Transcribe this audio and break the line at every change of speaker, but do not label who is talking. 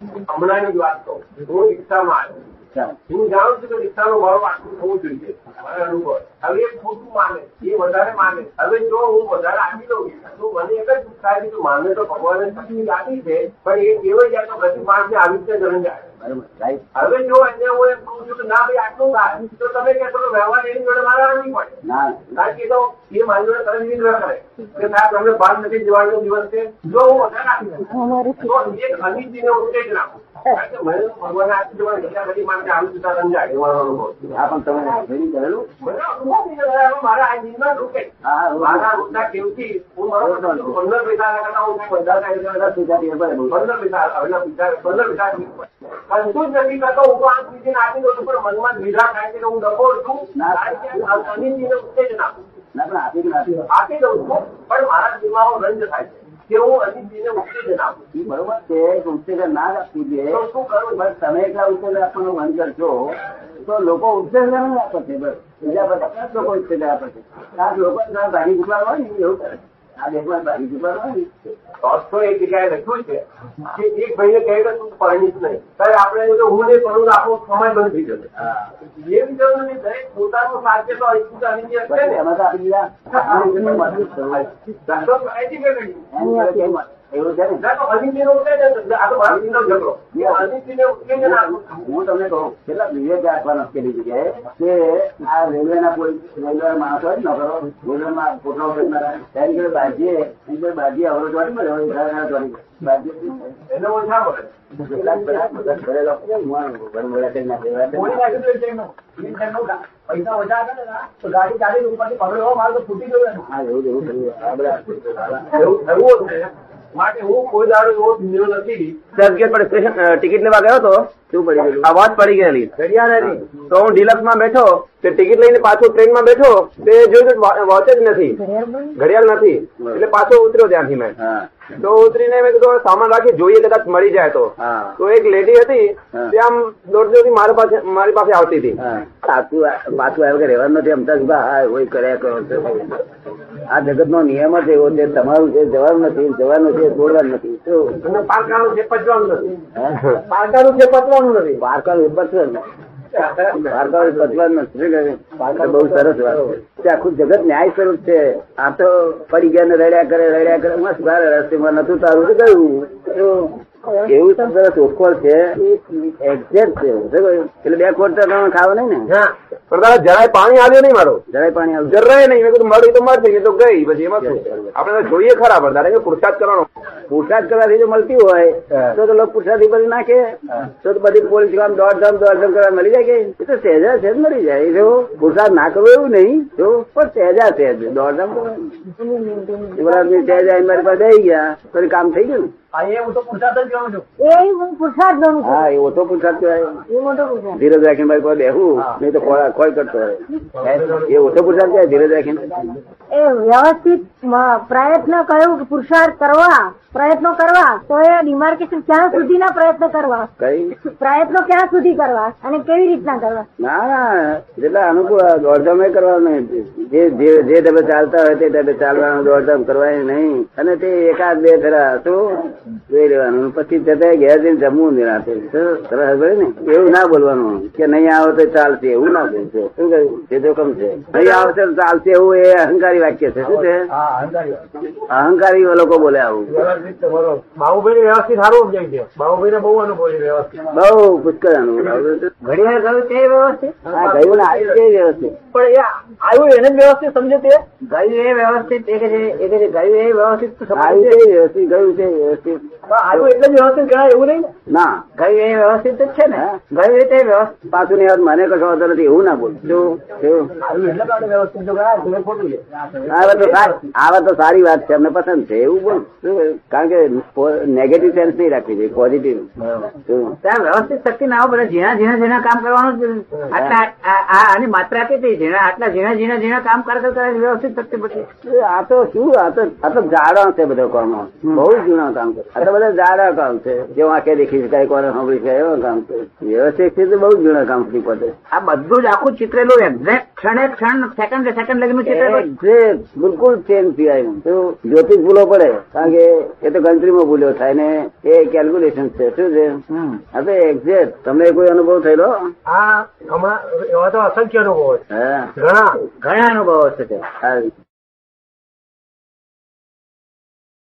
હમણાંની જ વાત કહું હું રિક્ષામાં આવ્યો હું જાણું છું કે રિક્ષાનો ભાડું આટલું થવું જોઈએ મારા અનુભવ હવે એ ખોટું માને એ વધારે માને હવે જો હું વધારે આપી દઉં તો મને એક જ ઉત્સાહ છે કે માને તો ભગવાને તકલીફ આપી છે પણ એ કેવો જાય તો પ્રતિ માણસને આવી રીતે ગણી જાય
બરોબર રાઈટ
હવે જો એને હું એમ કહું છું કે ના ભાઈ આટલું થાય તો તમે કહેશો કે વ્યવહાર એની જોડે મારા નહીં પડે
ના
કારણ કે એ તો એ મારી જોડે કરે નહીં કરે કે સાહેબ તમને ભાન નથી દિવાળીનો દિવસ છે જો હું વધારે આપી દઉં
અમારું
તો એક ખનીજીને હું ઉતરી જ નાખું. કારણ કે મને ભગવાને આટલી જવાની ઘટના ઘટી માણસે આવી જતા સમજાય એવો મારો અનુભવ છે.
હા પણ તમે training કરેલું
મને અનુભવ બીજો થયો, હવે મારા આ જીવનમાં રૂપે.
હા, હા.
મારા રોજના ટેવથી હું મારો પંદર પૈસા કરતા હું પંદર પૈસા કરતા
નથી જાતી એ બરાબર.
પંદર પૈસા હવેના પૈસા પંદર પૈસા કશું જ નથી કરતો હું તો આમ બીજીને આપી દઉં છું પણ મનમાં લીધા થાય છે કે હું ડકોર છું
ના.
કારણ કે આ ખનીજીને ઉત્તેજન આપું
ના પણ આપી કે ના આપી?
આપી દઉં છું પણ મારા જીવમાં રંજ થાય છે કે હું અનિતજીને ઉત્તેજન આપું
એ બરોબર છે કે ઉત્તેજન ના જ આપવી જોઈએ.
તો શું કરું
પણ તમે એટલા ઉત્તેજન આપવાનું બંધ કરશો તો લોકો ઉત્તેજન જ આપે છે બસ બીજા બધા જ લોકો ઉત્તેજન આપે છે આ લોકો ના ભાગી જુગાર હોય ને એવું કરે આ દેશમાં ભાગી જુગાર હોય ને
દોસ્તો એ જગ્યાએ લખ્યું છે કે એક ભાઈને કહે કે તું પરણીશ નહીં ત્યારે આપણે એવું કે હું નહીં પરણું તો આખો સમાજ બંધ થઈ જશે
હા.
એવી જરૂર નથી દરેક પોતાનું સાધ્ય તો અહીંથી તો અહીં જ હશે
પછી
ને
એમાં તો આપી દીધા
ધંધો તો અહીંથી કે નહીં?
એવું છે ને
ના તો અનિતિનો ઉત્તેજન છે. આ તો મારો બીજો ઝઘડો. એ અનિતિને ઉત્તેજન આપવું.
હું તમને કહું કેટલા વિવેક આપવાનો પેલી જગ્યાએ કે આ રેલવેના કોઈ રેલવે માણસ હોય ને નોકરો રેલવેમાં પોટલો કરનારા એની જોડે બાજીએ એની જોડે બાજી અવરો ચોરી મળે અવરો ઘરે ચોરી મળે બાજી
એને ઓછા મળે.
કેટલાક બધા બધા ઘરે લોકો કેમ હું ભરમોડા કરી નાખે વાત
કોઈને
જ
નાખ્યું તો એ ટ્રેનનો. એ ટ્રેનનો ગા- પૈસા ઓછા હતા ને ના, તો ગાડી ચાલી ઉપરથી પકડ્યો એવો માલ તો ફૂટી ગયો એનો.
ના. હા એવું જ એવું થયું આ બધા
એવું થયું જ છે. માટે હું કોઈ દાડો એવો ધીરો નથી
દસ ગેટ પર સ્ટેશન ટિકિટ લેવા ગયો હતો
શું પડી ગયેલું
આવાજ પડી ગયેલી
ઘડિયાળ હતી.
તો હું ડિલક્સ માં બેઠો તે ટિકિટ લઈને પાછો ટ્રેન માં બેઠો તે જોયું તો વા- વોચ જ નથી ઘડિયાળ નથી એટલે પાછો ઉતર્યો ત્યાંથી મેં
હા
તો ઉતરીને મેં કીધું હવે સામાન રાખી જોઈએ કદાચ મળી જાય તો
હા
તો એક લેડી હતી
હા.
તે આમ દોડતી હતી મારી પાસે મારી પાસે આવતી હતી
હા. સાચું આ- પાછું આવ્યું કે રહેવાનું નથી અમતા સુધા હા હોય કર્યા કરો છો. આ જગત નો નિયમ જ એવો છે તમારું છે જવાનું નથી જવાનું છે બોલવાનું નથી શું
અને પારકાનું છે પચવાનું નથી
હા?
પારકાનું છે પતવાનું નથી
પારકાળ ઉપસવાનું નથી. પારકાળ ઉપસવાનું નથી. શું કહે? પારકાળ બહુ સરસ વાત છે. તે આખું જગત ન્યાય સ્વરૂપ છે આ તો પડી ગયા ને રડ્યા કરે રડ્યા કરે મસ્ત ભારે રસ્તેમાં નતું તારું તો ગયું એવું તો સરસ ઓખોળ છે એક્ઝેક્ટ છે શું કહ્યું? એટલે બે ખોટ તો તમે ખાવ નહીં ને
હા પણ તારા જરાય પાણી આવ્યું નહીં મારો
જરાય પાણી આવશે
જરાય નહીં મેં કીધું મળી તો મળશે નહીં તો ગઈ પછી એમાં શું આપણે તો જોઈએ ખરા પણ તારે કે પુરુષાર્થ કરવાનો
પુરસાદ કરવાથી જો મળતી હોય તો તો લોકો પુરસાદી બધી નાખે તો તો બધી પોલીસ કામ દોડ ધામ દોડ ધામ કરવા મળી જાય કે એ તો સહેજા સહેજ મળી જાય જો પુરસાદ ના કરવો એવું નહીં જો પણ સહેજા સહેજ દોડ ધામ કરવાની યુવરાજની સહેજા એ મારી પાસે આવી ગયા તો એ કામ થઈ ગયું ને.
અહીંયા હું તો પૂછતા જ ગયો છું
એ હું પુરુષાર્થ ગણું છું
હા એ ઓછો પુરસાદ કહેવાય
એ મોટો પુરુષાર્થ
ધીરજ રાખીને મારી પાસે બેહું નહીં તો ખોળ ખોળ કરતો હોય એ ઓછો પુરસાદ કહેવાય ધીરજ રાખીને
એ વ્યવસ્થિત મ- પ્રયત્ન કયો પુરુષાર્થ કરવા પ્રયત્નો કરવા તો એ ડિમાર્કેશન ક્યાં સુધીના પ્રયત્ન કરવા
કઈ
પ્રયત્નો ક્યાં સુધી કરવા અને કેવી રીતના કરવા
ના ના જેટલા અનુકૂળ દોડધામ એ કરવાનું નહીં. જે જે જે ઢબે ચાલતા હોય તે ઢબે ચાલવાનું દોડધામ કરવાની નહીં અને તે એકાદ બે ફેરા શું જોઈ લેવાનું પછી જતા ઘેર જઈને જમવું નિરાંતે શું? સરસ હોય ને એવું ના બોલવાનું કે નહીં આવો તો ચાલશે એવું ના બોલશે શું કહ્યું જે જોખમ છે નહીં આવશે તો ચાલશે એવું એ અહંકારી વાક્ય છે શું છે
હા અહંકારી વાત.
અહંકારી લોકો બોલે આવું
વ્યવસ્થિત તમારો બાહુભાઈ વ્યવસ્થિત સારું સમજાય છે બાહુભાઈ ને બહુ અનુભવ છે વ્યવસ્થિત
બહુ પુષ્કળ અનુભવ
ઘડિયાળ ગયું તે વ્યવસ્થિત
હા ગયું ને આવી રીતે વ્યવસ્થિત
પણ એ આવ્યું એને જ વ્યવસ્થિત સમજે તે
ગયું એ વ્યવસ્થિત એક જે એક જે ગયું એ વ્યવસ્થિત
તો સમજે
આવ્યું છે વ્યવસ્થિત ગયું છે વ્યવસ્થિત
પણ આવ્યું એટલે જ વ્યવસ્થિત ગણાય એવું નહીં ને
ના ગયું એ વ્યવસ્થિત જ છે ને ગયું એ તે વ્યવસ્થિત પાછું નહીં આવતું. મને કશો વાંધો નથી એવું ના બોલ શું શું
આવ્યું એટલે કારણે વ્યવસ્થિત તો ગણાય તો એ ખોટું છે
આ વાત તો સારી આ વાત તો સારી વાત છે અમને પસંદ છે એવું બોલ શું કહ્યું? કારણ કે નેગેટિવ સેન્સ નહીં રાખવી જોઈએ પોઝિટિવ
ત્યાં વ્યવસ્થિત શક્તિ ના હોય બધા ઝીણા ઝીણા ઝીણા કામ કરવાનું જ. આટલા આ- આ- આની માત્રા કેટલી ઝીણા આટલા ઝીણા ઝીણા ઝીણા કામ કરતા કરતા વ્યવસ્થિત શક્તિ પછી
આ તો શું આ તો આ તો જાડો છે બધો કોમો બહુ જૂનો કામ કરે આ તો બધા જાડા કામ છે જે વાંકે દેખી શકાય કોને સાંભળી શકાય એવા કામ છે વ્યવસ્થિત છે તો બહુ જ જૂના કામ છે પોતે
આ બધું જ આખું ચિત્રેલું એક્ઝેક્ટ ક્ષણે ક્ષણ સેકન્ડ સેકન્ડ લગીનું ચિત્રેલું
Exact, બિલકુલ ચેન્જ થયા એમ તો જ્યોતિષ ભૂલો પડે કારણ કે એ તો ગણતરીમાં ભૂલો થાય ને એ કેલ્ક્યુલેશન છે શું છે હા તો એક્ઝેક્ટ તમને કોઈ અનુભવ થયેલો
આ હમણાં એવા તો અસંખ્ય અનુભવ છે
હા
ઘણા
ઘણા અનુભવો છે તે.
હા